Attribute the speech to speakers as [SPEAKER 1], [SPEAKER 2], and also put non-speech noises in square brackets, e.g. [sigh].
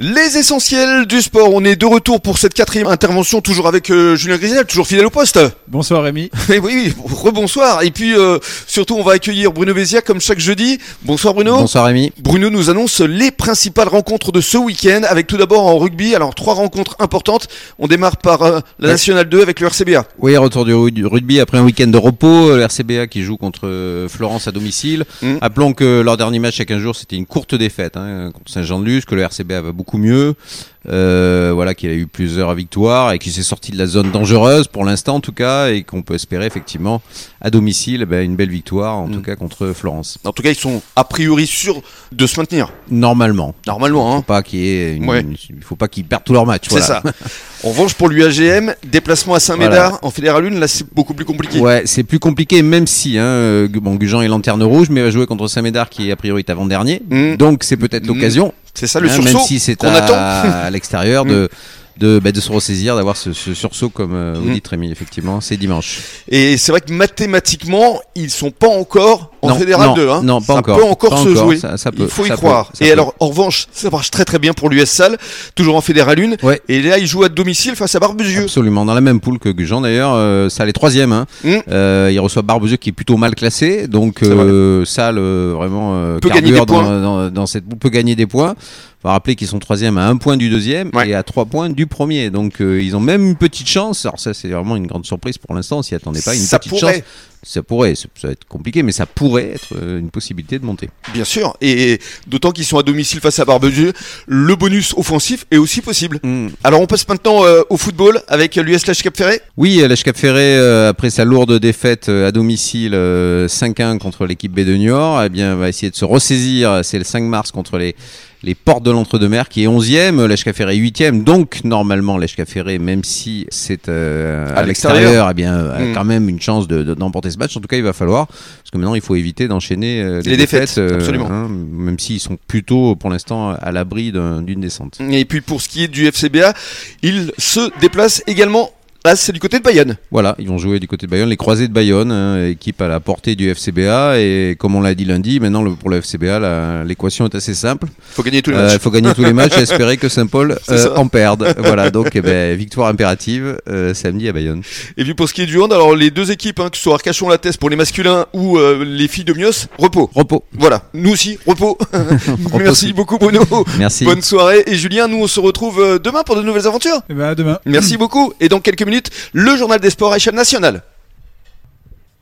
[SPEAKER 1] Les essentiels du sport, on est de retour pour cette quatrième intervention, toujours avec euh, Julien Grisel, toujours fidèle au poste. [laughs]
[SPEAKER 2] Bonsoir Rémi.
[SPEAKER 1] Et oui, oui, rebonsoir. Et puis euh, surtout, on va accueillir Bruno Béziat comme chaque jeudi. Bonsoir Bruno.
[SPEAKER 3] Bonsoir Rémi.
[SPEAKER 1] Bruno nous annonce les principales rencontres de ce week-end, avec tout d'abord en rugby, alors trois rencontres importantes. On démarre par euh, la
[SPEAKER 3] Ouais.
[SPEAKER 1] Nationale 2 avec le RCBA.
[SPEAKER 3] Oui, retour du ru- du rugby après un week-end de repos. Euh, Le RCBA qui joue contre euh, Florence à domicile.
[SPEAKER 1] Mm.
[SPEAKER 3] Appelons que leur dernier match il y a 15 jours, c'était une courte défaite hein, contre Saint-Jean-de-Luz, que le RCBA va beaucoup mieux. Euh, voilà, qu'il a eu plusieurs victoires et qu'il s'est sorti de la zone dangereuse pour l'instant en tout cas et qu'on peut espérer effectivement à domicile eh ben, une belle victoire en
[SPEAKER 1] Mm.
[SPEAKER 3] tout cas contre Florence.
[SPEAKER 1] En tout cas, ils sont a priori sûrs de se maintenir,
[SPEAKER 3] Normalement.
[SPEAKER 1] normalement. Hein.
[SPEAKER 3] Faut pas qu'il y ait une-
[SPEAKER 1] Ouais.
[SPEAKER 3] une- il faut pas qu'ils perdent tous leurs matchs.
[SPEAKER 1] C'est
[SPEAKER 3] voilà.
[SPEAKER 1] ça. En revanche, pour l'UAGM, déplacement à Saint-Médard en Fédéral 1, là c'est beaucoup plus compliqué.
[SPEAKER 3] Ouais, c'est plus compliqué, même si hein, euh, bon, Gujan est lanterne rouge, mais va jouer contre Saint-Médard qui est a priori est avant-dernier.
[SPEAKER 1] Mm.
[SPEAKER 3] Donc c'est peut-être
[SPEAKER 1] Mm.
[SPEAKER 3] l'occasion,
[SPEAKER 1] C'est ça le
[SPEAKER 3] hein,
[SPEAKER 1] sursaut
[SPEAKER 3] même si c'est
[SPEAKER 1] qu'on
[SPEAKER 3] à,
[SPEAKER 1] attend.
[SPEAKER 3] à
[SPEAKER 1] [laughs]
[SPEAKER 3] l'extérieur, de, de, bah, de se ressaisir, d'avoir ce, ce sursaut, comme euh, vous
[SPEAKER 1] Mm.
[SPEAKER 3] dites Rémi, effectivement, c'est dimanche.
[SPEAKER 1] Et c'est vrai que mathématiquement, ils sont pas encore en
[SPEAKER 3] Non,
[SPEAKER 1] fédéral
[SPEAKER 3] non,
[SPEAKER 1] 2. Hein.
[SPEAKER 3] non, pas
[SPEAKER 1] ça
[SPEAKER 3] encore,
[SPEAKER 1] peut encore
[SPEAKER 3] pas
[SPEAKER 1] se
[SPEAKER 3] encore,
[SPEAKER 1] jouer.
[SPEAKER 3] ça- ça peut,
[SPEAKER 1] Il faut y
[SPEAKER 3] ça peut,
[SPEAKER 1] croire.
[SPEAKER 3] ça
[SPEAKER 1] et
[SPEAKER 3] peut.
[SPEAKER 1] alors, en revanche, ça marche très très bien pour l'US Salle, toujours en fédéral 1.
[SPEAKER 3] Ouais.
[SPEAKER 1] Et là, ils jouent à domicile face à Barbezieux.
[SPEAKER 3] Absolument, dans la même poule que Gujan d'ailleurs, euh, Salle est troisième. Hein.
[SPEAKER 1] Mm.
[SPEAKER 3] Euh, il reçoit Barbezieux qui est plutôt mal classé, donc
[SPEAKER 1] C'est vrai.
[SPEAKER 3] euh, Salle euh, vraiment euh,
[SPEAKER 1] Peut gagner
[SPEAKER 3] carbure
[SPEAKER 1] des
[SPEAKER 3] dans,
[SPEAKER 1] points.
[SPEAKER 3] dans- dans cette poule peut gagner des points. Faut rappeler qu'ils sont troisième à un point du deuxième
[SPEAKER 1] Ouais.
[SPEAKER 3] et à trois points du premier, donc euh, ils ont même une petite chance. Alors ça c'est vraiment une grande surprise pour l'instant, on s'y attendait pas. Une
[SPEAKER 1] ça
[SPEAKER 3] petite
[SPEAKER 1] pourrait,
[SPEAKER 3] chance, ça pourrait, ça ça va être compliqué, mais ça pourrait être euh, une possibilité de monter.
[SPEAKER 1] bien sûr. Et d'autant qu'ils sont à domicile face à Barbezieux, le bonus offensif est aussi possible. Alors, on passe maintenant euh, au football avec l'US Lèche Cap Ferré.
[SPEAKER 3] Oui, euh, l'H Cap Ferré, euh, après sa lourde défaite euh, à domicile euh, 5-1 contre l'équipe B de Niort, eh bien, va essayer de se ressaisir. C'est le 5 mars contre les, les Portes de l'Entre-deux-Mers, qui est 11e, l'H Cap Ferré 8e. Donc, normalement, l'H Cap Ferré, même si c'est euh,
[SPEAKER 1] À
[SPEAKER 3] à
[SPEAKER 1] l'extérieur.
[SPEAKER 3] l'extérieur, eh bien, a
[SPEAKER 1] Mm.
[SPEAKER 3] quand même une chance de- de- d'emporter ce match. En tout cas, il va falloir, parce que maintenant, il faut éviter d'enchaîner euh, les,
[SPEAKER 1] Les défaites,
[SPEAKER 3] euh,
[SPEAKER 1] absolument.
[SPEAKER 3] hein, même s'ils sont plutôt, pour l'instant, à l'abri d'un- d'une descente.
[SPEAKER 1] Et puis, pour ce qui est du FCBA, ils se déplacent également. Là, c'est du côté de Bayonne.
[SPEAKER 3] Voilà, ils vont jouer du côté de Bayonne, les croisés de Bayonne, hein, équipe à la portée du FCBA. Et comme on l'a dit lundi, maintenant le- pour le FCBA, la- l'équation est assez simple. Euh,
[SPEAKER 1] Faut gagner tous
[SPEAKER 3] Il
[SPEAKER 1] les matchs.
[SPEAKER 3] faut gagner tous les matchs et espérer que Saint-Paul
[SPEAKER 1] C'est
[SPEAKER 3] euh,
[SPEAKER 1] ça.
[SPEAKER 3] en perde. Voilà, donc eh ben, victoire impérative euh, samedi à Bayonne.
[SPEAKER 1] Et puis pour ce qui est du hand, alors les deux équipes, hein, que ce soit Arcachon Lattès pour les masculins ou euh, les filles de Mios, repos.
[SPEAKER 3] Repos.
[SPEAKER 1] Voilà, nous aussi, repos. [laughs]
[SPEAKER 3] Repos
[SPEAKER 1] Merci
[SPEAKER 3] aussi.
[SPEAKER 1] beaucoup Bruno.
[SPEAKER 3] Merci.
[SPEAKER 1] Bonne soirée. Et Julien, nous on se retrouve euh, demain pour de nouvelles aventures.
[SPEAKER 2] Et ben à demain.
[SPEAKER 1] Merci beaucoup. Et dans quelques minutes, le journal des sports à échelle nationale.